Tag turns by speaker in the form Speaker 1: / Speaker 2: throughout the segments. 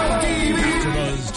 Speaker 1: AfterBuzz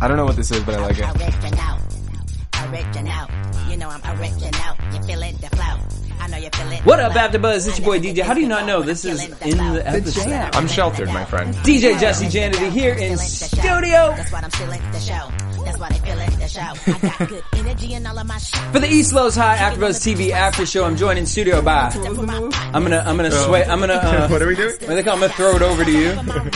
Speaker 2: I don't know what this is, but I like it.
Speaker 3: Original, original. You know I'm original. You feeling the flow? I know you feeling.
Speaker 4: What up, AfterBuzz? It's your boy DJ. How do you not know this is in the episode?
Speaker 2: I'm sheltered, my friend.
Speaker 4: DJ Jesse Janity here in studio
Speaker 3: That's what I'm feeling the show. That's why they feeling the show. I got good energy in all of my shit.
Speaker 4: for the East Los High AfterBuzz TV After Show. I'm joined in studio by. I'm gonna, I'm gonna sway. I'm gonna. Uh,
Speaker 2: Oh. What are we doing?
Speaker 4: What do they call? it? I'm gonna throw it over to you,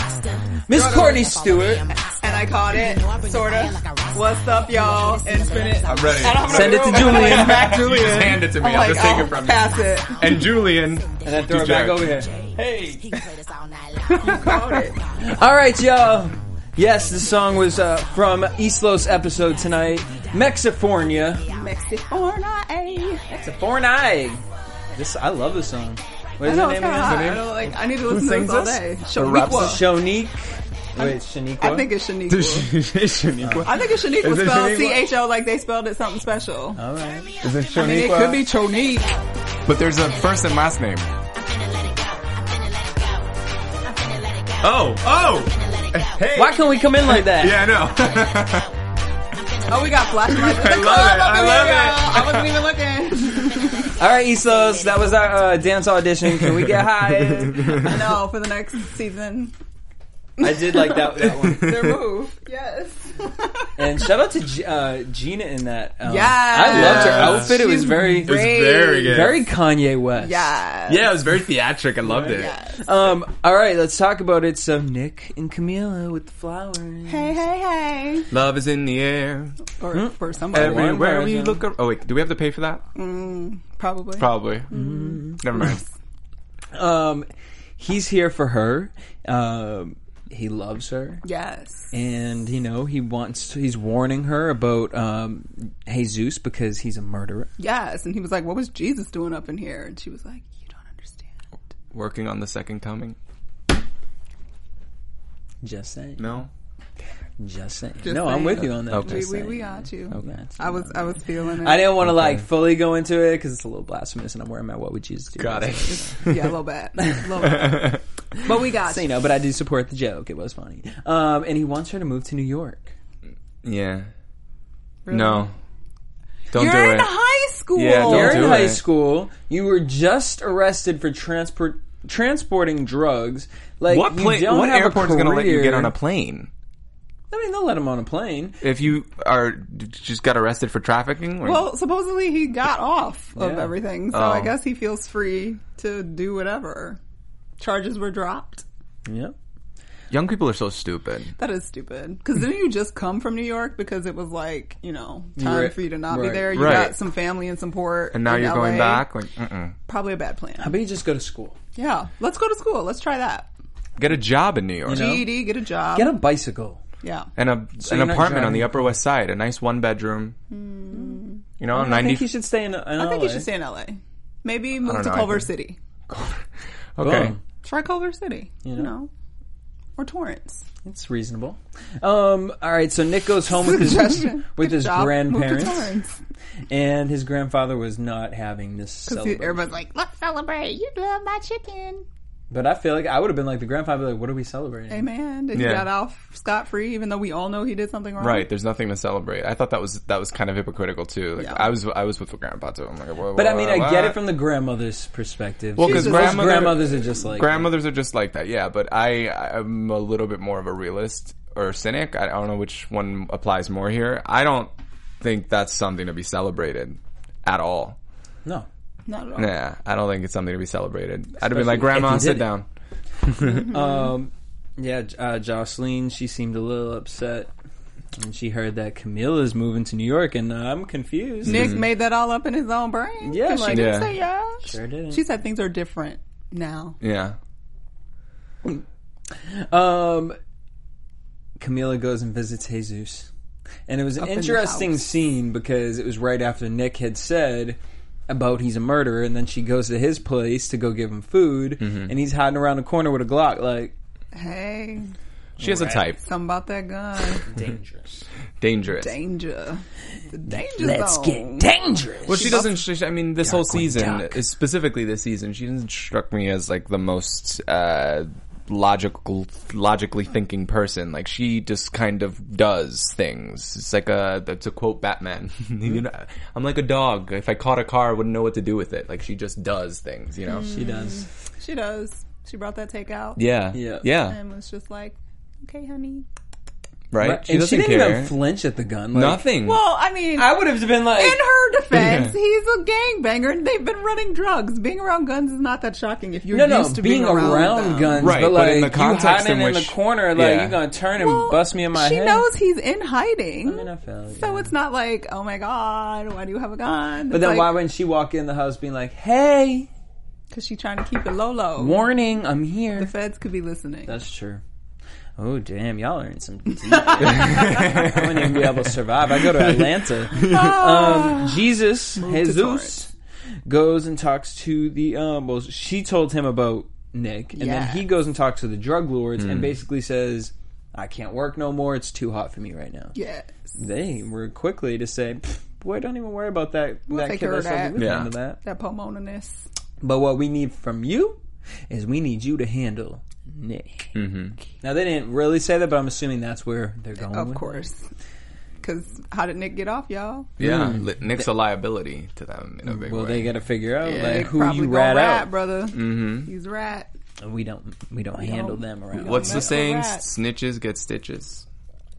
Speaker 4: Miss Courtney Stewart.
Speaker 5: and I caught it, sorta. What's up, y'all? Infinite.
Speaker 2: I'm ready.
Speaker 5: And I'm gonna
Speaker 4: Send it to
Speaker 5: go-
Speaker 4: Julian.
Speaker 5: It's back,
Speaker 2: You
Speaker 5: Julian.
Speaker 2: just hand it to me.
Speaker 5: I'm
Speaker 2: I'll
Speaker 5: like,
Speaker 2: just take
Speaker 5: oh,
Speaker 2: it from you.
Speaker 5: pass it.
Speaker 2: And Julian.
Speaker 4: And then throw it back over here.
Speaker 3: He can play this all night long.
Speaker 5: Caught it.
Speaker 4: All right, y'all. Yes, this song was uh, from East Los episode tonight, Mexifornia.
Speaker 5: Mexiforna, eh?
Speaker 4: Mexifornia. This I love this song. What
Speaker 5: I
Speaker 4: is
Speaker 5: know,
Speaker 4: the
Speaker 5: it's
Speaker 4: name
Speaker 5: kinda hot.
Speaker 4: of
Speaker 5: I don't like. I need to listen to
Speaker 2: sings
Speaker 5: this all
Speaker 2: this?
Speaker 5: day.
Speaker 2: Or raps
Speaker 5: Shaniqua.
Speaker 2: this?
Speaker 4: it? Shonique. Wait, Shaniqua.
Speaker 5: I think it's Shaniqua. I
Speaker 2: Shaniqua.
Speaker 5: think it's Shaniqua
Speaker 2: Is it
Speaker 5: spelled
Speaker 2: Shaniqua?
Speaker 5: C H O like they spelled it something special.
Speaker 4: All right.
Speaker 2: Is it
Speaker 5: I mean, it could be
Speaker 2: Shaniqua?
Speaker 5: Chonique.
Speaker 2: But there's a first and last name. Oh, oh! Hey!
Speaker 4: Why can't we come in like that?
Speaker 2: Yeah, I know.
Speaker 5: Oh, we got flashlights.
Speaker 2: I love it. I love it.
Speaker 5: I wasn't even looking.
Speaker 4: All right, Islos, that was our uh, dance audition. Can we get high?
Speaker 5: I know for the next season,
Speaker 4: I did like that, that one.
Speaker 5: their move. Yes.
Speaker 4: And shout out to G- uh, Gina in that. Um,
Speaker 5: Yes.
Speaker 4: I loved her
Speaker 2: Yes.
Speaker 4: outfit. It was
Speaker 5: She's
Speaker 4: very,
Speaker 2: It was very good.
Speaker 4: very Kanye West.
Speaker 5: Yes.
Speaker 2: Yeah, it was very theatric. I loved it.
Speaker 5: Yes.
Speaker 4: Um. All right, let's talk about it. So Nick and Camila with the flowers.
Speaker 5: Hey, hey, hey.
Speaker 2: Love is in the air.
Speaker 5: Or for somebody.
Speaker 2: Everywhere we
Speaker 4: version.
Speaker 2: look. ar- Oh wait, do we have to pay for that?
Speaker 5: Probably.
Speaker 2: Probably.
Speaker 4: Mm-hmm.
Speaker 2: Never mind.
Speaker 4: Um, he's here for her. Um, he loves her.
Speaker 5: Yes.
Speaker 4: and you know he wants to, he's warning her about um Jesus because he's a murderer.
Speaker 5: Yes. And he was like, What was Jesus doing up in here? And she was like, You don't understand.
Speaker 2: Working on the second coming.
Speaker 4: Just saying.
Speaker 2: No.
Speaker 4: Just saying.
Speaker 5: Just
Speaker 4: no, I'm
Speaker 5: saying.
Speaker 4: with you on that.
Speaker 2: Okay.
Speaker 4: Just
Speaker 5: we, we,
Speaker 4: saying.
Speaker 5: we got you.
Speaker 4: Okay.
Speaker 5: I was I was feeling it.
Speaker 4: I didn't want to like fully go into it because it's a little blasphemous, and I'm wearing my "What Would Jesus Do?"
Speaker 2: Got it.
Speaker 5: yeah, a little bit. A little bit. But we got
Speaker 4: So,
Speaker 5: you.
Speaker 4: you know, but I do support the joke. It was funny. Um, and he wants her to move to New York.
Speaker 2: Yeah. No. Don't
Speaker 5: You're
Speaker 2: do
Speaker 5: in
Speaker 2: it.
Speaker 5: high school.
Speaker 2: Yeah, don't
Speaker 4: You're
Speaker 2: do
Speaker 4: in
Speaker 2: it.
Speaker 4: high school. You were just arrested for transport transporting drugs. Like
Speaker 2: what
Speaker 4: you
Speaker 2: plane?
Speaker 4: don't
Speaker 2: What
Speaker 4: have a
Speaker 2: airport is going to let you
Speaker 4: career.
Speaker 2: get on a plane
Speaker 4: I mean, they'll let him on a plane.
Speaker 2: if you are just got arrested for trafficking? Or,
Speaker 5: Well, supposedly he got off of
Speaker 4: Yeah.
Speaker 5: everything, so
Speaker 2: Oh.
Speaker 5: I guess he feels free to do whatever. Charges were dropped.
Speaker 4: Yep.
Speaker 2: young people are so stupid.
Speaker 5: That is stupid. Because didn't you just come from New York because it was like you know time
Speaker 4: Right.
Speaker 5: for you to not
Speaker 4: Right.
Speaker 5: be there? You
Speaker 2: Right.
Speaker 5: got some family and support,
Speaker 2: And now
Speaker 5: in
Speaker 2: you're going
Speaker 5: LA.
Speaker 2: back. Like, mm-mm.
Speaker 5: Probably a bad plan.
Speaker 4: How about you just go to school?
Speaker 5: Yeah, let's go to school. Let's try that.
Speaker 2: get a job in New York
Speaker 4: know?
Speaker 5: GED, E get a job.
Speaker 4: Get a bicycle.
Speaker 5: yeah.
Speaker 2: and a
Speaker 4: you're
Speaker 2: an
Speaker 4: not
Speaker 2: apartment on
Speaker 4: driving. Mm.
Speaker 2: the Upper West Side, a nice one bedroom. You know,
Speaker 4: I think
Speaker 2: ninety.
Speaker 4: he should stay in. in
Speaker 5: I think you should stay in LA. Maybe move
Speaker 2: don't
Speaker 5: to
Speaker 2: know, I
Speaker 5: Culver
Speaker 2: think-
Speaker 5: City.
Speaker 2: okay.
Speaker 4: Boom.
Speaker 5: Try Culver City. You know.
Speaker 4: know.
Speaker 5: Or Torrance.
Speaker 4: It's reasonable. Um, all right, so Nick goes home with his
Speaker 5: Suggestion.
Speaker 4: with
Speaker 5: Good
Speaker 4: his
Speaker 5: job. Move to
Speaker 4: grandparents,
Speaker 5: Torrance.
Speaker 4: and his grandfather was not having this
Speaker 5: See,
Speaker 4: celebration.
Speaker 5: everybody's like, let's celebrate. You love my chicken.
Speaker 4: But I feel like I would have been like the grandfather, like, what are we celebrating?
Speaker 5: Amen. And
Speaker 2: Yeah.
Speaker 5: he got off scot free, even though we all know he did something wrong.
Speaker 2: Right, there's nothing to celebrate. I thought that was that was kind of hypocritical too. Like,
Speaker 5: Yeah.
Speaker 2: I was I was with grandpa too. I'm like, whoa,
Speaker 4: But I mean, I get it
Speaker 2: from.
Speaker 4: from the grandmother's perspective.
Speaker 2: Well, 'cause
Speaker 4: Most
Speaker 2: grandmother-
Speaker 4: grandmothers are just like
Speaker 2: grandmothers are just like that yeah but i i'm a little bit more of a realist or cynic i don't know which one applies more here i don't think that's something to be celebrated at all
Speaker 4: no.
Speaker 5: Not at all.
Speaker 2: Nah, I don't think it's something to be celebrated. I'd have
Speaker 4: Especially
Speaker 2: been like,
Speaker 4: if
Speaker 2: Grandma,
Speaker 4: you
Speaker 2: sit
Speaker 4: did it."
Speaker 2: down.
Speaker 4: Um, yeah, J- uh, Jocelyn, she seemed a little upset when she heard that Camilla's moving to New York, and uh, I'm confused.
Speaker 5: Nick made that all up in his own brain.
Speaker 4: Mm-hmm. Yeah,
Speaker 5: 'Cause
Speaker 4: she
Speaker 5: she didn't
Speaker 2: did.
Speaker 5: say yeah.
Speaker 4: Sure didn't.
Speaker 5: She said things are different now.
Speaker 2: Yeah.
Speaker 4: Um, Camila goes and visits Jesus, and it was an
Speaker 5: Up in the
Speaker 4: interesting
Speaker 5: house.
Speaker 4: scene because it was right after Nick had said about he's a murderer, and then she goes to his place to go give him food,
Speaker 2: Mm-hmm.
Speaker 4: and he's hiding around the corner with a Glock, like
Speaker 5: Hey,
Speaker 2: She has a type.
Speaker 5: something about that gun.
Speaker 4: dangerous.
Speaker 2: Dangerous.
Speaker 5: Danger. The danger
Speaker 4: Let's
Speaker 5: zone.
Speaker 4: get dangerous.
Speaker 2: Well, she doesn't. She, I mean, this whole
Speaker 4: Darkwing
Speaker 2: season,
Speaker 4: Duck.
Speaker 2: is specifically this season, she doesn't struck me as like the most uh, logical, logically thinking person. Like she just kind of does things. It's like a to quote Batman. you
Speaker 4: Hmm.
Speaker 2: know, I'm like a dog. If I caught a car, I wouldn't know what to do with it. Like she just does things. You know.
Speaker 4: She does.
Speaker 5: She does. She brought that takeout.
Speaker 2: Yeah.
Speaker 4: Yeah. Um,
Speaker 2: Yeah.
Speaker 5: And was just like, okay, honey.
Speaker 2: Right.
Speaker 4: Right?
Speaker 2: She
Speaker 4: and she
Speaker 2: doesn't
Speaker 4: didn't
Speaker 2: care.
Speaker 4: even flinch at the gun. Like,
Speaker 2: Nothing.
Speaker 5: Well, I mean,
Speaker 4: I would have been like,
Speaker 5: in her defense, he's a gangbanger and they've been running drugs. Being around guns is not that shocking if you're
Speaker 4: no, no,
Speaker 5: used to
Speaker 4: being, around,
Speaker 5: them.
Speaker 4: guns,
Speaker 2: Right,
Speaker 4: but
Speaker 2: but
Speaker 4: like
Speaker 2: in the
Speaker 4: you
Speaker 2: context
Speaker 4: hiding
Speaker 2: in
Speaker 4: in,
Speaker 2: which-
Speaker 4: the corner, like
Speaker 2: yeah.
Speaker 4: you're gonna turn and
Speaker 5: Well,
Speaker 4: bust me in my
Speaker 5: she
Speaker 4: head.
Speaker 5: knows he's in hiding.
Speaker 4: I mean, I feel it,
Speaker 5: so
Speaker 4: yeah.
Speaker 5: it's not like, oh my god, why do you have a gun?
Speaker 4: But then why wouldn't she walk in the house being like, "Hey,
Speaker 5: Because she's trying to keep it low, low.
Speaker 4: warning, I'm here."
Speaker 5: the feds could be listening.
Speaker 4: That's true. Oh damn, y'all are in some deep. I wouldn't even be able to survive. I go to Atlanta.
Speaker 5: Oh,
Speaker 4: Um, Jesus, Jesus
Speaker 5: Torrance.
Speaker 4: goes and talks to the um. Well, she told him about Nick, and then
Speaker 5: Yes.
Speaker 4: he goes and talks to the drug lords, and basically says, "I can't work no more. It's too hot for me right now."
Speaker 5: yes.
Speaker 4: They were quickly to say, "Pfft, "Boy, don't even worry about that.
Speaker 5: We'll
Speaker 4: that
Speaker 5: take
Speaker 4: kid
Speaker 5: care of
Speaker 4: that's over
Speaker 5: that."
Speaker 4: with
Speaker 2: Yeah.
Speaker 4: him to that."
Speaker 5: That pulmoniness.
Speaker 4: But what we need from you is we need you to handle Nick.
Speaker 2: Mm-hmm.
Speaker 4: Now they didn't really say that, but I'm assuming that's where they're going.
Speaker 5: Of
Speaker 4: with it.
Speaker 5: course. Because how did Nick get off, y'all?
Speaker 2: yeah. Li- Nick's a liability to them in a big
Speaker 4: Hmm. Well,
Speaker 2: way.
Speaker 4: they got to figure out like
Speaker 5: Nick
Speaker 4: who
Speaker 5: probably
Speaker 4: you
Speaker 5: gonna
Speaker 4: rat
Speaker 5: rat,
Speaker 4: out.
Speaker 5: brother. Mm-hmm. He's rat.
Speaker 4: We don't. We don't handle them around.
Speaker 5: What-
Speaker 2: What's the
Speaker 5: Don't mess with
Speaker 2: saying?
Speaker 5: rats.
Speaker 2: Snitches get stitches.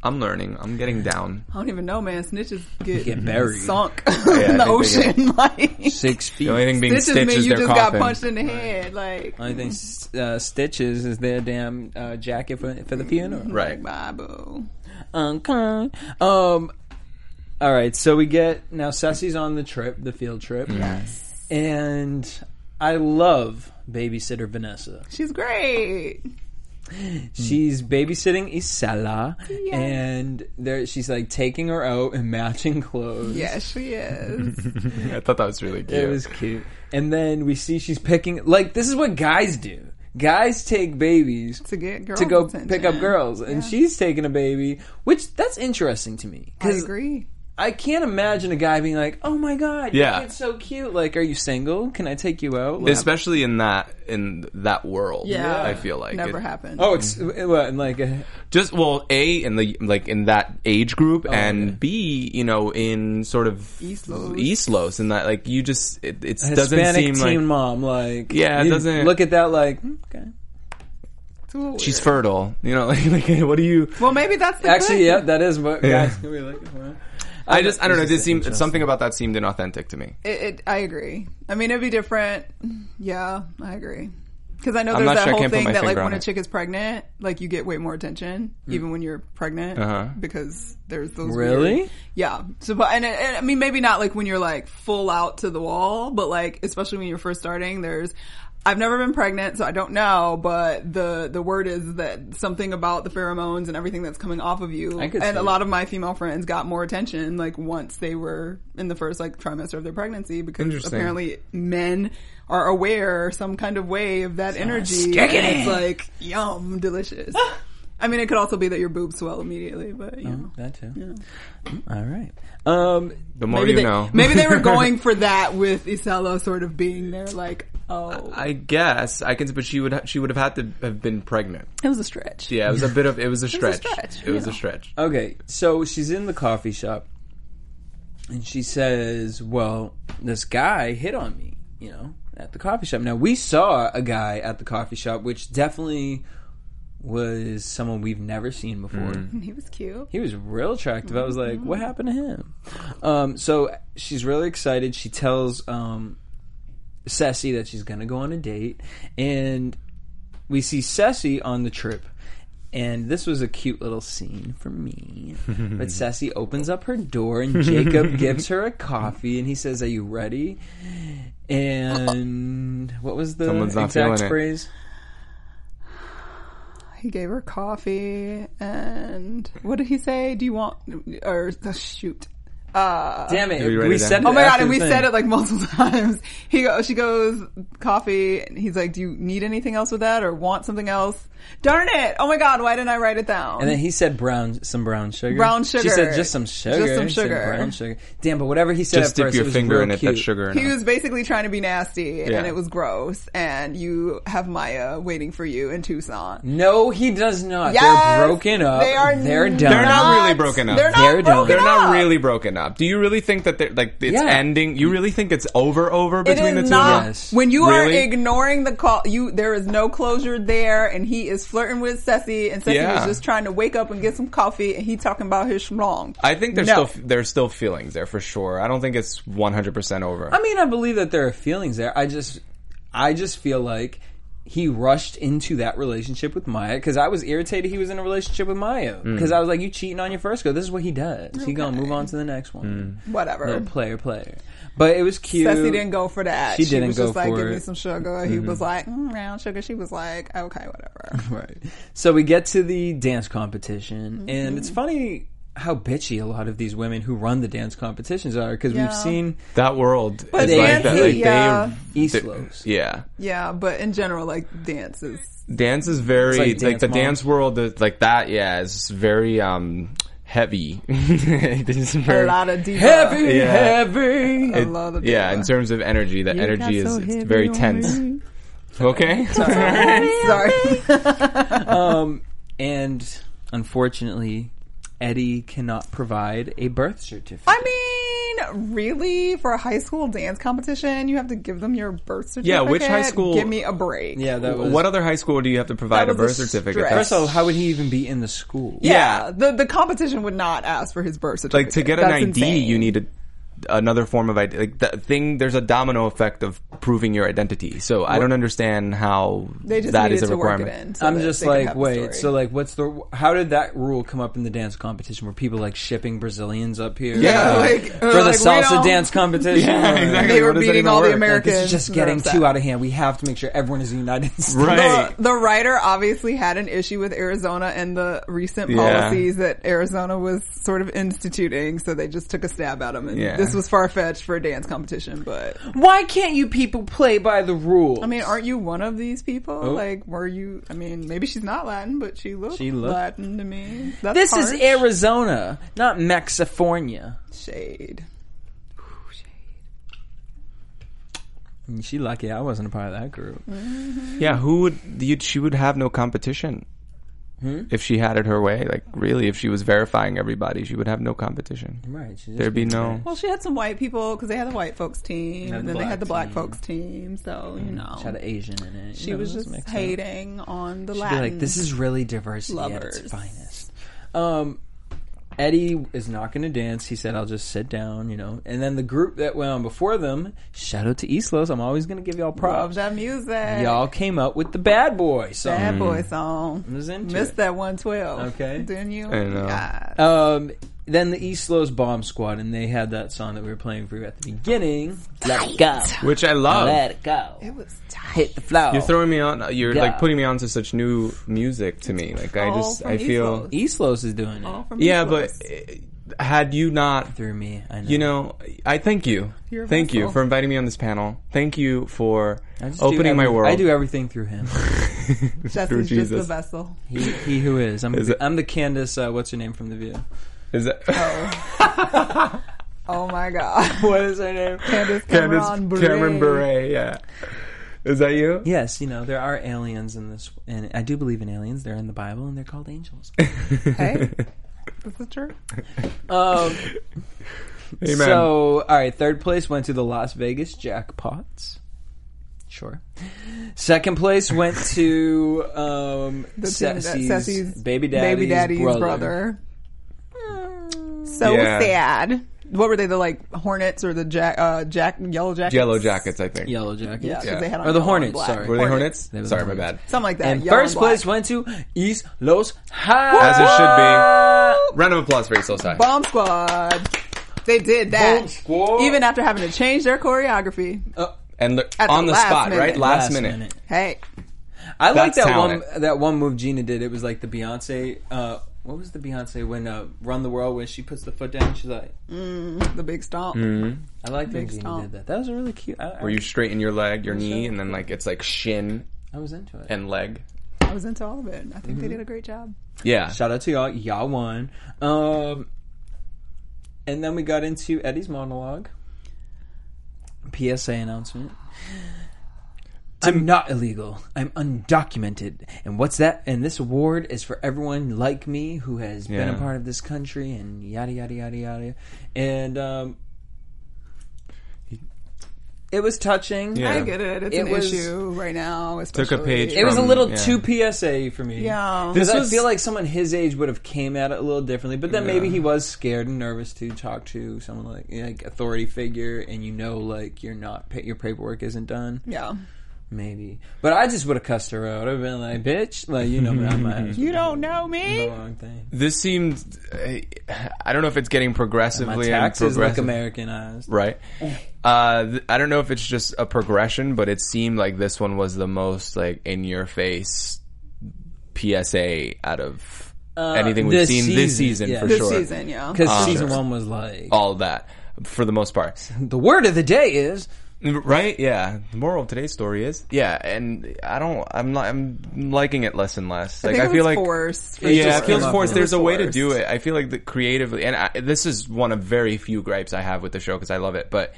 Speaker 2: I'm learning. I'm getting down.
Speaker 5: I don't even know, man. Snitches get,
Speaker 4: Get buried.
Speaker 5: sunk
Speaker 2: I
Speaker 5: in the
Speaker 2: think they get-
Speaker 5: ocean. Like
Speaker 4: Six feet.
Speaker 2: The only thing being
Speaker 5: snitches
Speaker 2: stitches,
Speaker 5: mean you
Speaker 2: they're
Speaker 5: just
Speaker 2: coughing.
Speaker 5: got punched in the head. Like,
Speaker 4: Only thing s- uh, stitches is their damn uh, jacket for, for the funeral.
Speaker 2: Right.
Speaker 5: bye, boo.
Speaker 4: Okay. Um. All right. So we get now. Sessie's on the trip, the field trip. Yes. And I love babysitter Vanessa.
Speaker 5: She's great.
Speaker 2: Hmm.
Speaker 4: She's babysitting Isela, and there she's like taking her out and matching clothes.
Speaker 5: Yes, she is.
Speaker 2: I thought that was really cute.
Speaker 4: it was cute. And then we see she's picking like this is what guys do. Guys take babies
Speaker 5: to get girls
Speaker 4: to go
Speaker 5: attention.
Speaker 4: pick up girls, and she's taking a baby, which that's interesting to me
Speaker 5: I
Speaker 4: because
Speaker 5: agree.
Speaker 4: I, can't imagine a guy being like, "Oh my god,
Speaker 2: Yeah.
Speaker 4: it's so cute. Like, are you single? Can I take you out?" Like,
Speaker 2: especially in that in that world.
Speaker 5: Yeah.
Speaker 2: I feel like
Speaker 5: Never
Speaker 2: It-
Speaker 5: happened.
Speaker 4: oh, it's what, and like a,
Speaker 2: Just well, a in the like in that age group, and b you know in sort of
Speaker 5: Oh, East Los.
Speaker 2: East Los, and that like you just it, it doesn't
Speaker 4: Hispanic
Speaker 2: seem
Speaker 4: teen
Speaker 2: like
Speaker 4: mom. Like,
Speaker 2: Yeah, it
Speaker 4: you
Speaker 2: doesn't-
Speaker 4: look at that like "Hmm, okay.
Speaker 5: It's a little
Speaker 2: she's
Speaker 5: weird.
Speaker 2: fertile. You know, like, like what do you?
Speaker 5: Well, maybe that's the
Speaker 4: Actually,
Speaker 5: good.
Speaker 4: yeah, that is what
Speaker 2: Yeah.
Speaker 4: guys can be like. huh?
Speaker 2: I just I don't know. It just seemed
Speaker 4: Interesting.
Speaker 2: something about that seemed inauthentic to me.
Speaker 5: It, it, I agree. I mean, it'd be different. Yeah, I agree. Because I know
Speaker 2: I'm
Speaker 5: there's
Speaker 2: not
Speaker 5: that
Speaker 2: sure I
Speaker 5: whole
Speaker 2: can't put
Speaker 5: thing
Speaker 2: my
Speaker 5: that, like,
Speaker 2: finger on
Speaker 5: when a
Speaker 2: it. Mm.
Speaker 5: chick is pregnant, like, you get way more attention, even when you're pregnant,
Speaker 2: Uh-huh.
Speaker 5: because there's those
Speaker 4: Really?
Speaker 5: weird- yeah. So, but and, and I mean, maybe not like when you're like full out to the wall, but like especially when you're first starting, there's. I've never been pregnant, so I don't know. But the the word is that something about the pheromones and everything that's coming off of you,
Speaker 4: I could
Speaker 5: and
Speaker 4: see
Speaker 5: a lot of my female friends got more attention like once they were in the first like trimester of their pregnancy because
Speaker 2: Interesting.
Speaker 5: apparently men are aware some kind of way of that energy.
Speaker 4: stick it
Speaker 5: and
Speaker 4: in.
Speaker 5: it's like yum, delicious. I mean, it could also be that your boobs swell immediately, but you know.
Speaker 4: That too. All right. Um,
Speaker 2: The more
Speaker 4: maybe
Speaker 2: you
Speaker 4: they-
Speaker 2: know.
Speaker 5: Maybe they were going for that with Iselo sort of being there, like, oh,
Speaker 2: I guess I can, but she would ha- she would have had to have been pregnant.
Speaker 5: it was a stretch.
Speaker 2: Yeah, it was a bit of it was a stretch.
Speaker 5: stretch,
Speaker 2: It
Speaker 5: you
Speaker 2: was a
Speaker 5: know.
Speaker 2: stretch.
Speaker 4: Okay, so she's in the coffee shop, and she says, "Well, this guy hit on me, you know, at the coffee shop." Now we saw a guy at the coffee shop, which definitely was someone we've never seen before.
Speaker 5: He was cute.
Speaker 4: He was real attractive. I was like,
Speaker 2: Mm-hmm.
Speaker 4: "What happened to him?" Um, so she's really excited. She tells um, Ceci that she's going to go on a date, and we see Ceci on the trip. And this was a cute little scene for me. but Ceci opens up her door, and Jacob gives her a coffee, and he says, "Are you ready?" And what was the
Speaker 2: Someone's not
Speaker 4: exact
Speaker 2: feeling it.
Speaker 4: phrase?
Speaker 5: He gave her coffee and what did he say? Do you want or oh, shoot? Uh,
Speaker 4: Damn it!
Speaker 2: Did we write
Speaker 4: We
Speaker 2: it down?
Speaker 4: said.
Speaker 5: Oh my god!
Speaker 4: after
Speaker 5: And
Speaker 4: the
Speaker 5: we
Speaker 4: thing.
Speaker 5: said it like multiple times. He go, she goes coffee, and he's like, "Do you need anything else with that, or want something else?" Darn it! Oh my god! Why didn't I write it down?
Speaker 4: And then he said brown, some brown sugar.
Speaker 5: Brown
Speaker 4: She said
Speaker 5: sugar.
Speaker 4: just some sugar.
Speaker 5: Just some
Speaker 4: He said
Speaker 5: sugar.
Speaker 4: brown sugar. Damn, but whatever he said
Speaker 2: Just
Speaker 4: at
Speaker 2: dip
Speaker 4: first, it
Speaker 2: your
Speaker 4: was
Speaker 2: finger
Speaker 4: real
Speaker 2: in it.
Speaker 4: cute.
Speaker 2: That's sugar.
Speaker 5: he
Speaker 2: enough.
Speaker 5: was basically trying to be nasty,
Speaker 2: Yeah.
Speaker 5: and it was gross. And you have Maya waiting for you in Tucson.
Speaker 4: No, he does not.
Speaker 5: Yes!
Speaker 4: They're broken up.
Speaker 5: They are.
Speaker 4: They're done.
Speaker 2: They're not really broken up.
Speaker 5: They're not
Speaker 4: They're done.
Speaker 5: broken
Speaker 2: They're not
Speaker 5: up.
Speaker 2: really broken up. Do you really think that they're like it's
Speaker 4: Yeah.
Speaker 2: ending? You really think it's over over
Speaker 5: It
Speaker 2: between the
Speaker 5: is
Speaker 2: two
Speaker 5: not.
Speaker 2: of them?
Speaker 4: Yes.
Speaker 5: When you
Speaker 2: Really?
Speaker 5: are ignoring the call, you there is no closure there, and he is flirting with Ceci, and Ceci
Speaker 2: Yeah.
Speaker 5: was just trying to wake up and get some coffee, and he talking about his schlong.
Speaker 2: I think there's
Speaker 5: No.
Speaker 2: still there's still feelings there for sure. I don't think it's 100% over.
Speaker 5: Um,
Speaker 4: I mean, I believe that there are feelings there. I just, I just feel like he rushed into that relationship with Maya because I was irritated he was in a relationship with Maya
Speaker 2: Hmm.
Speaker 4: because I was like, you cheating on your first girl. This is what he does. He gonna move on to the next one.
Speaker 5: Whatever.
Speaker 2: Hmm.
Speaker 4: Little player, player. But it was cute.
Speaker 5: Ceci didn't go for that.
Speaker 4: She didn't
Speaker 5: was
Speaker 4: go
Speaker 5: just like,
Speaker 4: for
Speaker 5: give me
Speaker 4: it. Mm-hmm.
Speaker 5: some sugar. He was like, mm, round sugar. She was like, okay, whatever.
Speaker 4: Right. So we get to the dance competition, and
Speaker 5: Mm-hmm.
Speaker 4: it's funny how bitchy a lot of these women who run the dance competitions are because
Speaker 5: Yeah.
Speaker 4: we've seen
Speaker 2: that world is
Speaker 4: they
Speaker 2: like that.
Speaker 4: hate-
Speaker 2: Like,
Speaker 5: yeah.
Speaker 2: they,
Speaker 4: East
Speaker 2: they-
Speaker 4: Los.
Speaker 2: yeah.
Speaker 5: Yeah, but in general, like dances.
Speaker 2: Dance is very
Speaker 4: like
Speaker 2: like,
Speaker 4: dance
Speaker 2: the
Speaker 4: mom.
Speaker 2: dance world is like that. Yeah, it's very um heavy. This is
Speaker 5: A
Speaker 2: very-
Speaker 5: lot of diva.
Speaker 4: heavy,
Speaker 2: Yeah.
Speaker 4: heavy.
Speaker 5: A lot of diva.
Speaker 2: yeah, in terms of energy, the energy is it's very tense. Okay.
Speaker 5: Sorry.
Speaker 4: um, and unfortunately, Eddie cannot provide a birth certificate.
Speaker 5: I mean, really, for a high school dance competition, you have to give them your birth certificate.
Speaker 2: Yeah, which high school-
Speaker 5: Give me a break.
Speaker 4: yeah, that was
Speaker 2: what other high school do you have to provide
Speaker 5: That
Speaker 2: a
Speaker 5: was
Speaker 2: birth
Speaker 5: a
Speaker 2: certificate?
Speaker 5: stretch.
Speaker 2: That's-
Speaker 4: First of all, how would he even be in the school?
Speaker 5: Yeah, the the competition would not ask for his birth
Speaker 2: like
Speaker 5: certificate.
Speaker 2: to get an
Speaker 5: That's
Speaker 2: ID,
Speaker 5: insane.
Speaker 2: you need a, another form of ID. Like that thing, there's a domino effect of proving your identity. So I don't understand how
Speaker 5: They just
Speaker 2: that
Speaker 5: needed
Speaker 2: is a
Speaker 5: to work it
Speaker 2: requirement.
Speaker 5: in so
Speaker 4: I'm
Speaker 5: that
Speaker 4: just
Speaker 5: they could
Speaker 4: like,
Speaker 5: have the
Speaker 4: wait. So,
Speaker 5: story.
Speaker 4: like, what's the? How did that rule come up in the dance competition? Were people like shipping Brazilians up here?
Speaker 2: Yeah,
Speaker 5: like,
Speaker 4: for
Speaker 5: uh,
Speaker 4: the
Speaker 5: like, we
Speaker 4: salsa
Speaker 5: don't-
Speaker 4: dance competition.
Speaker 2: Yeah,
Speaker 4: Or-
Speaker 2: exactly.
Speaker 5: they were
Speaker 2: What does that
Speaker 5: beating
Speaker 2: even
Speaker 5: all
Speaker 2: work?
Speaker 5: the
Speaker 2: Like, this
Speaker 4: Like,
Speaker 5: Americans.
Speaker 4: this is just
Speaker 5: They're
Speaker 4: getting
Speaker 5: upset.
Speaker 4: too out of hand. We have to make sure everyone is united. States.
Speaker 2: Right.
Speaker 5: The, the writer obviously had an issue with Arizona and the recent
Speaker 2: Yeah.
Speaker 5: policies that Arizona was sort of instituting, so they just took a stab at him. And
Speaker 2: Yeah.
Speaker 5: this was far fetched for a dance competition, but
Speaker 4: Why can't you people play by the rules?
Speaker 5: I mean, aren't you one of these people? Like, were you? I mean, maybe she's not Latin, but she looked
Speaker 4: Oh. She looked-
Speaker 5: Latin to me. That's
Speaker 4: this
Speaker 5: harsh.
Speaker 4: is Arizona, not Mexifornia.
Speaker 5: shade.
Speaker 4: She lucky I wasn't a part of that group.
Speaker 5: Mm.
Speaker 2: Yeah, who would you? She would have no competition
Speaker 4: Hmm?
Speaker 2: if she had it her way. Like really, if she was verifying everybody, she would have no competition.
Speaker 4: Right. she just-
Speaker 2: There'd be no.
Speaker 5: Well, she had some white people because they had the white folks team,
Speaker 4: And
Speaker 5: and,
Speaker 4: the
Speaker 5: then they
Speaker 4: black
Speaker 5: had the black
Speaker 4: team. Mm.
Speaker 5: folks team. So you
Speaker 4: She had an
Speaker 5: know,
Speaker 4: Asian in it. You
Speaker 5: she
Speaker 4: know,
Speaker 5: was
Speaker 4: this
Speaker 5: just
Speaker 4: makes sense.
Speaker 5: hating on the
Speaker 4: She'd
Speaker 5: Latin.
Speaker 4: be like, this is really diversity at its
Speaker 5: lovers.
Speaker 4: finest. Um, Eddie is not going to dance. He said, I'll just sit down, you know. And then the group that went on before them, shout out to Eastlos. I'm always going to give y'all
Speaker 5: love
Speaker 4: props.
Speaker 5: that music.
Speaker 4: Y'all Mm. came up with the bad boy song.
Speaker 5: Bad boy song.
Speaker 4: was into
Speaker 5: Missed
Speaker 4: it.
Speaker 5: that one twelve.
Speaker 4: Okay.
Speaker 5: didn't you?
Speaker 2: I know.
Speaker 5: God.
Speaker 4: Um, then the Eastlos Bomb Squad, and they had that song that we were playing for you at the beginning. Let it go.
Speaker 2: Which I love.
Speaker 4: Let it go.
Speaker 5: It was tight.
Speaker 4: Hit the flow.
Speaker 2: You're throwing me on. You're
Speaker 4: Yeah.
Speaker 2: like putting me onto such new music to me. Like I
Speaker 5: all
Speaker 2: just
Speaker 5: from
Speaker 2: I feel.
Speaker 5: Eastlos.
Speaker 4: Eastlos is doing it
Speaker 5: All from
Speaker 2: Yeah,
Speaker 5: East
Speaker 2: but
Speaker 5: Coast.
Speaker 2: eh, had you not
Speaker 4: through me. I know.
Speaker 2: You know, I thank you.
Speaker 5: You're a
Speaker 2: thank you
Speaker 5: vessel.
Speaker 2: for inviting me on this panel. Thank you for
Speaker 4: I just do
Speaker 2: opening my
Speaker 4: every-
Speaker 2: world.
Speaker 4: I do everything through him.
Speaker 5: Jesse's just a vessel.
Speaker 4: He, he who is. I'm,
Speaker 2: Is it-
Speaker 4: I'm the Candace. Uh, what's her name from The View?
Speaker 2: Is that
Speaker 5: Oh my god.
Speaker 4: What is her name?
Speaker 5: Candace
Speaker 2: Candace
Speaker 5: Cameron Bure.
Speaker 2: Cameron Bure? Yeah. Is that you?
Speaker 4: Yes, you know there are aliens in this, and I do believe in aliens. They're in the Bible, and they're called angels.
Speaker 5: Hey, this is true.
Speaker 4: Um,
Speaker 2: Amen.
Speaker 4: So, all right, third place went to the Las Vegas Jackpots. Sure. Second place went to um,
Speaker 5: The team that-
Speaker 4: Ceci's
Speaker 5: Ceci's
Speaker 4: baby daddy's,
Speaker 5: baby daddy's brother.
Speaker 4: brother.
Speaker 5: Mm. so
Speaker 2: Yeah.
Speaker 5: sad. What were they? The like Hornets or the jack, uh, jack, yellow jackets,
Speaker 2: Yellow Jackets, I think.
Speaker 4: Yellow jackets.
Speaker 5: Yeah, 'cause
Speaker 2: Yeah.
Speaker 5: they had on
Speaker 4: Or the
Speaker 5: yellow and
Speaker 4: Hornets,
Speaker 5: black.
Speaker 4: sorry.
Speaker 2: Were they Hornets?
Speaker 4: They were the
Speaker 2: Sorry, my bad.
Speaker 4: Hornets.
Speaker 5: something like that.
Speaker 4: And
Speaker 5: yellow
Speaker 4: first
Speaker 5: and black.
Speaker 4: place went to East Los High.
Speaker 2: As it should be. Round of applause for East Side.
Speaker 5: Bomb Squad. They did that.
Speaker 2: Bomb Squad.
Speaker 5: Even after having to change their choreography.
Speaker 2: And le-
Speaker 5: At the
Speaker 2: on the,
Speaker 5: last
Speaker 2: spot,
Speaker 5: minute.
Speaker 2: right? Last, minute.
Speaker 5: Hey,
Speaker 4: I like
Speaker 2: That's
Speaker 4: that
Speaker 2: talent.
Speaker 4: one. That one move Gina did. It was like the Beyonce. Uh, what was the Beyonce when uh, Run the World when she puts the foot down? She's like,
Speaker 5: the big stomp.
Speaker 2: Mm.
Speaker 4: I like that
Speaker 5: Big
Speaker 4: Gina
Speaker 5: stomp.
Speaker 4: did that. That was really cute. I,
Speaker 2: Where
Speaker 4: I,
Speaker 2: you straighten your leg, your knee,
Speaker 4: sure.
Speaker 2: and then like it's like shin
Speaker 4: I was into it.
Speaker 2: and leg.
Speaker 5: I was into all of it. I think
Speaker 4: Mm-hmm.
Speaker 5: they did a great job.
Speaker 2: Yeah.
Speaker 4: Shout out to y'all. Y'all won. Um, and then we got into Eddie's monologue. PSA announcement. I'm not illegal. I'm undocumented. And what's that? And this award is for everyone like me who has been a
Speaker 2: Yeah.
Speaker 4: part of this country and yada, yada, yada, yada. And um, it was touching.
Speaker 2: Yeah.
Speaker 5: I get it. It's
Speaker 4: It
Speaker 5: an
Speaker 4: was-
Speaker 5: issue right now.
Speaker 2: a
Speaker 5: Especially.
Speaker 2: page
Speaker 4: It was a
Speaker 2: from-
Speaker 4: little
Speaker 2: Um, yeah.
Speaker 4: too PSA for me.
Speaker 5: Yeah.
Speaker 4: Because
Speaker 2: This
Speaker 4: I
Speaker 2: was-
Speaker 4: feel like someone his age would have came at it a little differently. But then maybe he was scared and nervous to talk to someone like like authority figure, and you know, like you're not pa- your paperwork isn't done.
Speaker 5: Yeah.
Speaker 4: Maybe. But I just would have cussed her out. I've been like, bitch, like you know, I'm not.
Speaker 5: You don't know me.
Speaker 2: Mm-hmm.
Speaker 4: The wrong thing.
Speaker 2: This seemed. I I don't know if it's getting
Speaker 4: My
Speaker 2: progressively and
Speaker 4: taxes look
Speaker 2: progressive-
Speaker 4: Americanized.
Speaker 2: right? Uh, th- I don't know if it's just a progression, but it seemed like this one was the most like in your face PSA out of
Speaker 5: Uh,
Speaker 2: anything we've
Speaker 4: this
Speaker 2: seen this
Speaker 4: season,
Speaker 2: season
Speaker 4: yeah.
Speaker 2: for
Speaker 5: This
Speaker 2: sure.
Speaker 5: season, yeah.
Speaker 2: Uh,
Speaker 4: Because
Speaker 2: Ah.
Speaker 4: season one was like
Speaker 2: All that for the most part,
Speaker 4: the word of the day is
Speaker 2: right? Yeah. The moral of today's story is yeah, and I don't. I'm not. I'm liking it less and less. Like
Speaker 5: think
Speaker 2: I,
Speaker 5: it
Speaker 2: feel
Speaker 5: was
Speaker 2: like
Speaker 5: forced, for
Speaker 2: yeah,
Speaker 4: sure.
Speaker 2: it feels
Speaker 4: Came up
Speaker 2: forced.
Speaker 4: with-
Speaker 2: There's
Speaker 5: It
Speaker 2: a
Speaker 5: was
Speaker 2: way to
Speaker 5: forced.
Speaker 2: do it. I feel like that creatively, and I, this is one of very few gripes I have with the show because I love it, but.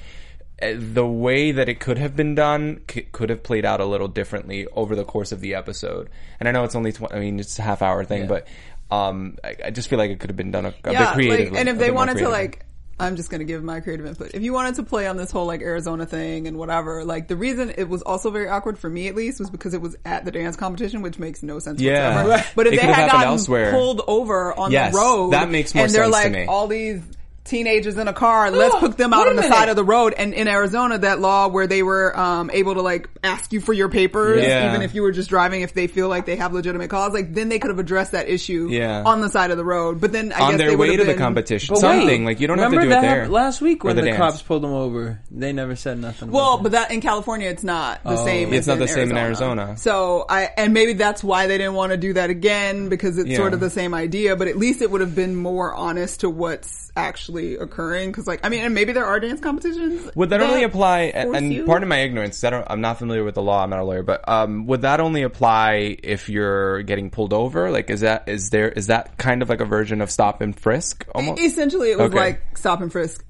Speaker 2: uh, The way that it could have been done c- could have played out a little differently over the course of the episode, and I know it's only tw- I mean it's a half hour thing, but um, I, I just feel like it could have been done a, a bit
Speaker 5: yeah,
Speaker 2: creatively.
Speaker 5: like, and if
Speaker 2: a
Speaker 5: they
Speaker 2: bit more
Speaker 5: wanted to
Speaker 2: creatively.
Speaker 5: like, I'm just gonna give my creative input. If you wanted to play on this whole like Arizona thing and whatever, like the reason it was also very awkward for me at least was because it was at the dance competition, which makes no sense
Speaker 2: Yeah.
Speaker 5: whatsoever.
Speaker 2: Right.
Speaker 5: But if
Speaker 2: It
Speaker 5: they
Speaker 2: could have
Speaker 5: had
Speaker 2: happened
Speaker 5: gotten
Speaker 2: elsewhere.
Speaker 5: pulled over on
Speaker 2: Yes,
Speaker 5: the road,
Speaker 2: that makes more
Speaker 5: and they're
Speaker 2: sense to
Speaker 5: like
Speaker 2: me.
Speaker 5: all these teenagers in a car, let's
Speaker 4: Oh,
Speaker 5: put them
Speaker 4: wait
Speaker 5: out
Speaker 4: a
Speaker 5: on the
Speaker 4: minute.
Speaker 5: side of the road. And in Arizona, that law where they were um, able to like ask you for your papers,
Speaker 2: Yeah.
Speaker 5: even if you were just driving, if they feel like they have legitimate cause, like then they could have addressed that issue
Speaker 2: Yeah.
Speaker 5: on the side of the road. But then I
Speaker 2: on
Speaker 5: guess
Speaker 2: their
Speaker 5: they
Speaker 2: way to
Speaker 5: would've
Speaker 2: the
Speaker 5: been-
Speaker 2: competition,
Speaker 4: But
Speaker 2: something
Speaker 4: wait,
Speaker 2: like you don't have to
Speaker 4: remember
Speaker 2: do it
Speaker 4: that
Speaker 2: there.
Speaker 4: happened Last week
Speaker 2: Or
Speaker 4: when the,
Speaker 2: dance.
Speaker 4: cops pulled them over, they never said nothing. about
Speaker 5: Well,
Speaker 4: that.
Speaker 5: but that in California, it's not the same.
Speaker 2: Oh. It's
Speaker 5: as
Speaker 2: not
Speaker 5: in
Speaker 2: the same in Arizona.
Speaker 5: So I and maybe that's why they didn't want to do that again because it's
Speaker 2: Yeah.
Speaker 5: sort of the same idea. But at least it would have been more honest to what's actually occurring. Because like I mean, and maybe there are dance competitions.
Speaker 2: Would that, only apply?
Speaker 5: force
Speaker 2: And
Speaker 5: you?
Speaker 2: pardon my ignorance. 'cause I don't, I'm not familiar with the law. I'm not a lawyer, but um, would that only apply if you're getting pulled over? Like, is that is there is that kind of like a version of stop and frisk? Almost.
Speaker 5: Essentially, it was
Speaker 2: Okay.
Speaker 5: like stop and frisk.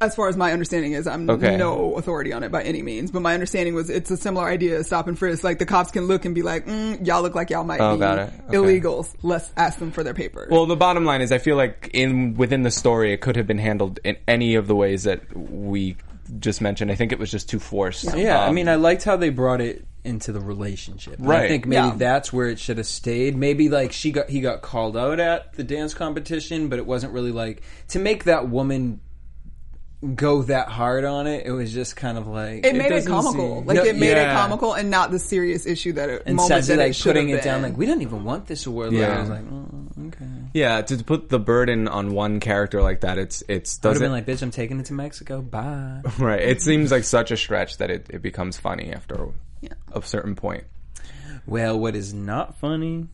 Speaker 5: As far as my understanding is, I'm
Speaker 2: Okay.
Speaker 5: no authority on it by any means, but my understanding was it's a similar idea as stop and frisk. Like the cops can look and be like, mm, y'all look like y'all might
Speaker 2: Oh,
Speaker 5: be
Speaker 2: got it. Okay.
Speaker 5: illegals. Let's ask them for their papers.
Speaker 2: well, the bottom line is, I feel like in within the story, it could have been handled in any of the ways that we just mentioned. I think it was just too forced.
Speaker 4: yeah, I
Speaker 2: Um,
Speaker 4: mean, I liked how they brought it into the relationship. And I
Speaker 2: Right.
Speaker 4: think maybe
Speaker 5: Yeah.
Speaker 4: that's where it should have stayed. Maybe like she got he got called out at the dance competition, but it wasn't really like to make that woman go that hard on it. It was just kind of like
Speaker 5: it made it,
Speaker 4: doesn't
Speaker 5: comical.
Speaker 4: seem-
Speaker 5: Like
Speaker 4: No,
Speaker 5: it made
Speaker 2: yeah.
Speaker 5: it comical and not the serious issue that it
Speaker 4: and
Speaker 5: moment
Speaker 4: sadly,
Speaker 5: that
Speaker 4: like
Speaker 5: it should
Speaker 4: putting
Speaker 5: have
Speaker 4: it down,
Speaker 5: been.
Speaker 4: like we don't even want this award. Like, I
Speaker 2: Yeah.
Speaker 4: was like, oh, okay.
Speaker 2: yeah, to put the burden on one character like that, it's it's
Speaker 4: I would have
Speaker 2: doesn't
Speaker 4: been like, bitch, I'm taking it to Mexico. Bye.
Speaker 2: right. It seems like such a stretch that it, it becomes funny after a certain point.
Speaker 4: Well, what is not funny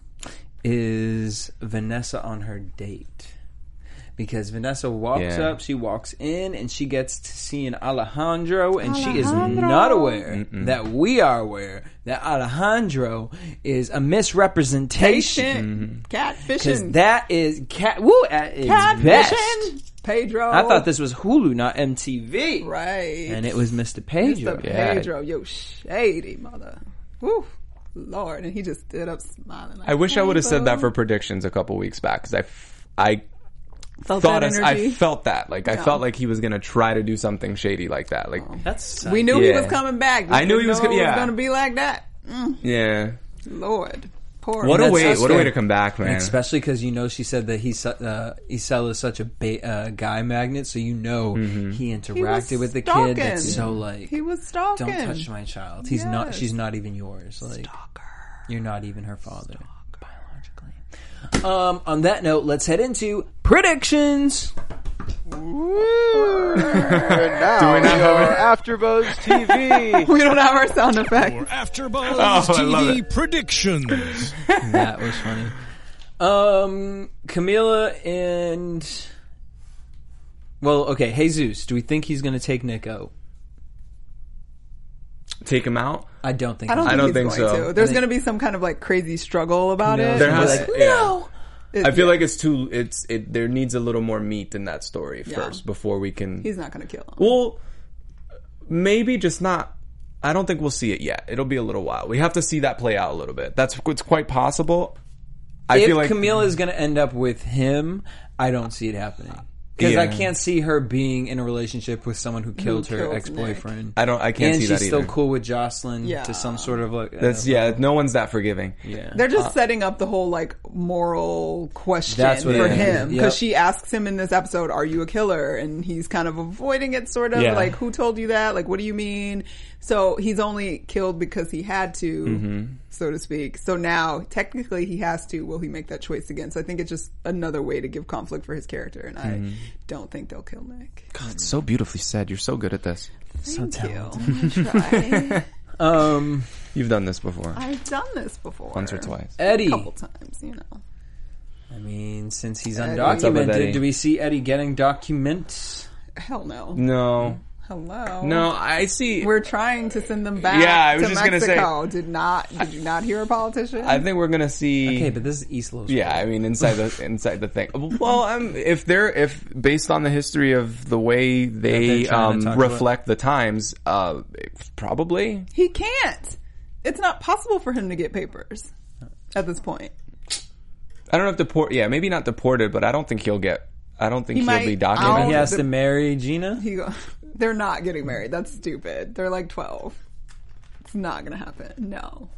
Speaker 4: is Vanessa on her date. Because Vanessa walks
Speaker 2: Yeah.
Speaker 4: up, she walks in, and she gets to see an Alejandro, and she is not aware that we are aware that Alejandro is a misrepresentation.
Speaker 5: Patient,
Speaker 4: Because
Speaker 5: catfishing,
Speaker 4: that is cat woo at its best.
Speaker 5: catfishing, Pedro.
Speaker 4: I thought this was Hulu, not MTV,
Speaker 5: right,
Speaker 4: and it was Mr.
Speaker 5: Mr.
Speaker 4: Pedro.
Speaker 2: Yeah.
Speaker 5: Pedro, yo shady mother, woo, Lord, and he just stood up smiling. Like,
Speaker 2: I wish I would have said that for
Speaker 5: "Pedro."
Speaker 2: predictions a couple weeks back because I, f- I
Speaker 5: Felt
Speaker 2: thought
Speaker 5: that
Speaker 2: as- I
Speaker 5: energy.
Speaker 2: felt that like I felt like he was gonna try to do something shady like that. Like
Speaker 4: That's
Speaker 5: We knew he
Speaker 2: Yeah.
Speaker 5: was coming back. We
Speaker 2: I knew he was
Speaker 5: didn't know
Speaker 2: co-
Speaker 5: it
Speaker 2: yeah.
Speaker 5: going to be like that. Mm,
Speaker 2: yeah,
Speaker 5: Lord, poor.
Speaker 2: What a
Speaker 4: That's
Speaker 2: way!
Speaker 4: us,
Speaker 2: What a way
Speaker 4: man.
Speaker 2: to come back, man.
Speaker 4: Especially because you know she said that he su- uh, Isel is such a ba- uh, guy magnet, so you know he interacted
Speaker 5: was
Speaker 4: with the
Speaker 5: stalking.
Speaker 4: kid. That's so like
Speaker 5: He was stalking.
Speaker 4: Don't touch my child. He's not.
Speaker 5: Yes.
Speaker 4: She's not even yours. Like you're not even her father biologically. Um, on that note, let's head into predictions.
Speaker 6: and now
Speaker 2: we not have
Speaker 6: your
Speaker 2: it?
Speaker 6: AfterBuzz TV.
Speaker 5: We don't have our sound effect.
Speaker 1: AfterBuzz
Speaker 2: Oh, I love
Speaker 1: TV predictions.
Speaker 4: That was funny. Um, Camila and well, okay, Jesus. Do we think he's going to take Nick out?
Speaker 2: Take him out.
Speaker 4: I don't think.
Speaker 5: I don't think,
Speaker 2: I don't
Speaker 5: he's
Speaker 2: think
Speaker 5: going
Speaker 2: so.
Speaker 5: to. There's
Speaker 4: I think-
Speaker 5: going to be some kind of like crazy struggle about
Speaker 4: No,
Speaker 5: it.
Speaker 4: There
Speaker 2: There has.
Speaker 4: like,
Speaker 2: yeah.
Speaker 5: It-
Speaker 2: I feel like it's too. It's it. There needs a little more meat in that story
Speaker 5: Yeah.
Speaker 2: first before we can.
Speaker 5: he's not going to kill him.
Speaker 2: well, maybe just not. I don't think we'll see it yet. It'll be a little while. We have to see that play out a little bit. That's it's quite possible. I
Speaker 4: if
Speaker 2: feel like
Speaker 4: Camila is going to end up with him, I don't see it happening because I
Speaker 2: Yeah.
Speaker 4: can't see her being in a relationship with someone who killed her
Speaker 5: kills Nick.
Speaker 4: ex boyfriend.
Speaker 2: I don't. I can't
Speaker 4: and
Speaker 2: see
Speaker 4: she's
Speaker 2: that either.
Speaker 4: still cool with Jocelyn
Speaker 5: Yeah.
Speaker 4: to some sort of like. uh,
Speaker 2: That's yeah. No one's that forgiving.
Speaker 4: yeah.
Speaker 5: They're just setting up the whole like moral question
Speaker 4: uh, That's what
Speaker 5: for
Speaker 4: it is.
Speaker 5: him
Speaker 4: Yep.
Speaker 5: because she asks him in this episode, "Are you a killer?" and he's kind of avoiding it, sort of
Speaker 2: Yeah.
Speaker 5: like, "Who told you that? Like, what do you mean?" So he's only killed because he had to,
Speaker 4: Mm-hmm.
Speaker 5: so to speak. So now technically he has to. Will he make that choice again? So I think it's just another way to give conflict for his character, and
Speaker 4: Mm-hmm.
Speaker 5: I don't think they'll kill Nick.
Speaker 2: God, so beautifully said. You're so good at this.
Speaker 5: Thank you. I'm gonna try.
Speaker 4: Um,
Speaker 2: You've done this before.
Speaker 5: I've done this before,
Speaker 2: Once or twice.
Speaker 5: a
Speaker 4: Eddie.
Speaker 5: couple times, you know.
Speaker 4: I mean, since he's
Speaker 2: What's up with
Speaker 4: undocumented,
Speaker 2: Eddie?
Speaker 4: do we see Eddie getting documents?
Speaker 5: Hell no.
Speaker 2: No,
Speaker 5: Hello.
Speaker 2: no. I see.
Speaker 5: We're trying to send them back
Speaker 2: Yeah, I was
Speaker 5: to
Speaker 2: just gonna say-
Speaker 5: Mexico. Did not did you not hear a politician?
Speaker 2: I think we're gonna see.
Speaker 4: Okay, but this is East Los.
Speaker 2: Yeah, I mean inside the inside the thing. Well, I'm, if they're if based on the history of the way they
Speaker 4: they're trying to
Speaker 2: um,
Speaker 4: talk
Speaker 2: reflect the times, uh, probably.
Speaker 5: he can't. It's not possible for him to get papers at this point.
Speaker 2: I don't know if deport. Yeah, maybe not deported, but I don't think he'll get. I don't think
Speaker 5: He
Speaker 2: he will be
Speaker 5: might
Speaker 2: documented.
Speaker 4: he
Speaker 5: out-
Speaker 4: has to marry Gina.
Speaker 5: He go, they're not getting married. That's stupid. They're like 12. It's not going to happen. No.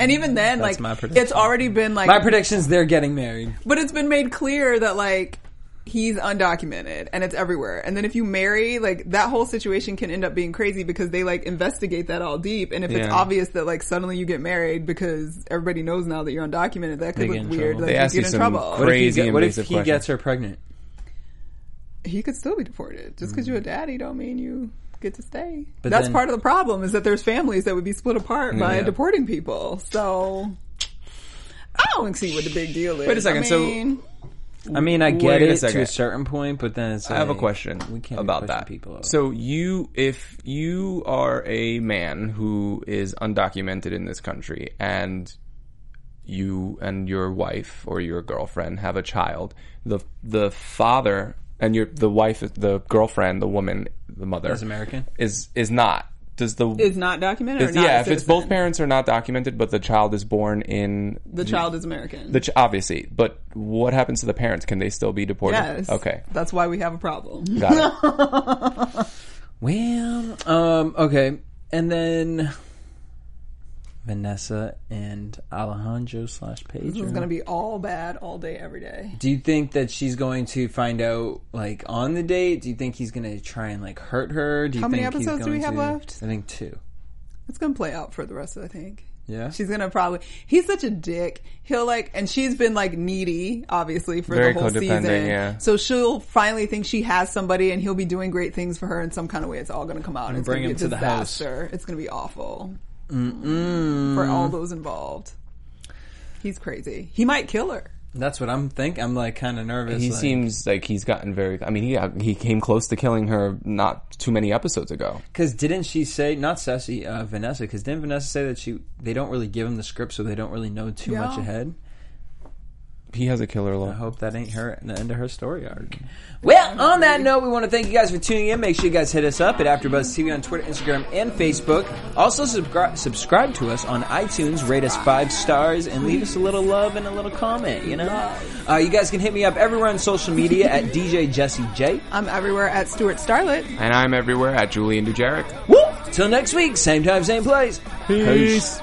Speaker 5: And even then,
Speaker 4: That's
Speaker 5: like,
Speaker 4: my prediction.
Speaker 5: it's already been like,
Speaker 4: My predictions: they're getting married.
Speaker 5: but it's been made clear that like, he's undocumented and it's everywhere. And then if you marry, like, that whole situation can end up being crazy because they like investigate that all deep. And if it's
Speaker 2: Yeah.
Speaker 5: obvious that like suddenly you get married because everybody knows now that you're undocumented, that could
Speaker 4: They
Speaker 5: look
Speaker 4: get in
Speaker 5: weird.
Speaker 4: trouble.
Speaker 5: Like,
Speaker 4: They
Speaker 5: you
Speaker 2: ask
Speaker 5: get
Speaker 2: you
Speaker 5: in
Speaker 2: some
Speaker 5: trouble.
Speaker 2: cra- Crazy
Speaker 4: What if he, get- what if
Speaker 2: invasive
Speaker 4: he
Speaker 2: question.
Speaker 4: gets her pregnant?
Speaker 5: he could still be deported. Just because you're a daddy don't mean you get to stay.
Speaker 4: But
Speaker 5: That's
Speaker 4: then-
Speaker 5: part of the problem is that there's families that would be split apart by
Speaker 4: Yeah.
Speaker 5: deporting people. So I don't see what the big deal is.
Speaker 2: Wait a second,
Speaker 5: I
Speaker 2: so-
Speaker 5: mean,
Speaker 4: I mean, I get
Speaker 2: Wait a
Speaker 4: it to
Speaker 2: second.
Speaker 4: a certain point, but then it's.
Speaker 2: I have a
Speaker 4: like,
Speaker 2: question
Speaker 4: We can't be
Speaker 2: about
Speaker 4: pushing
Speaker 2: that.
Speaker 4: People out.
Speaker 2: So you, if you are a man who is undocumented in this country, and you and your wife or your girlfriend have a child, the the father and your the wife, the girlfriend, the woman, the mother
Speaker 4: Is American?
Speaker 2: is is not. Does the
Speaker 5: is not documented.
Speaker 2: is-
Speaker 5: or not
Speaker 2: yeah?
Speaker 5: a
Speaker 2: If it's
Speaker 5: citizen?
Speaker 2: both parents are not documented, but the child is born in
Speaker 5: the child is American.
Speaker 2: the ch- obviously. But what happens to the parents? Can they still be deported?
Speaker 5: yes.
Speaker 2: Okay.
Speaker 5: That's why we have a problem.
Speaker 2: Got it.
Speaker 4: Well, um, okay, and then Vanessa and Alejandro slash
Speaker 5: It's
Speaker 4: Pedro.
Speaker 5: going to be all bad all day, every day.
Speaker 4: Do you think that she's going to find out like on the date? Do you think he's going to try and like hurt her? Do you
Speaker 5: How many
Speaker 4: think he's
Speaker 5: episodes do we
Speaker 4: going
Speaker 5: have
Speaker 4: to-
Speaker 5: left?
Speaker 4: I think two.
Speaker 5: It's going to play out for the rest of, I think.
Speaker 4: Yeah,
Speaker 5: She's gonna probably. He's such a dick. He'll like, and she's been like needy, obviously, for
Speaker 2: Very
Speaker 5: the whole
Speaker 2: codependent,
Speaker 5: season.
Speaker 2: yeah.
Speaker 5: So she'll finally think she has somebody, and he'll be doing great things for her in some kind of way. It's all gonna come out. And it's
Speaker 4: bring
Speaker 5: gonna
Speaker 4: him
Speaker 5: be
Speaker 4: to
Speaker 5: a
Speaker 4: the house.
Speaker 5: disaster. It's gonna be awful for all those involved. He's crazy. He might kill her.
Speaker 4: that's what I'm think. I'm like kind of nervous.
Speaker 2: He
Speaker 4: like-
Speaker 2: seems like he's gotten very. I mean, he he came close to killing her not too many episodes ago.
Speaker 4: Because didn't she say not Ceci, uh, Vanessa? Because didn't Vanessa say that she they don't really give him the script, so they don't really know too
Speaker 5: Yeah.
Speaker 4: much ahead.
Speaker 2: He has a killer look.
Speaker 4: I hope that ain't her the end of her story arc. Well, on that note, we want to thank you guys for tuning in. Make sure you guys hit us up at AfterBuzz TV on Twitter, Instagram, and Facebook. Also, subscribe subscribe to us on iTunes, rate us five stars, and leave us a little love and a little comment. You know, uh, you guys can hit me up everywhere on social media at DJ Jesse J.
Speaker 5: I'm everywhere at Stuart Starlet.
Speaker 2: And I'm everywhere at Julian Dujeric.
Speaker 4: Woo! Till next week, same time, same place. Peace.
Speaker 2: Peace.
Speaker 6: Peace.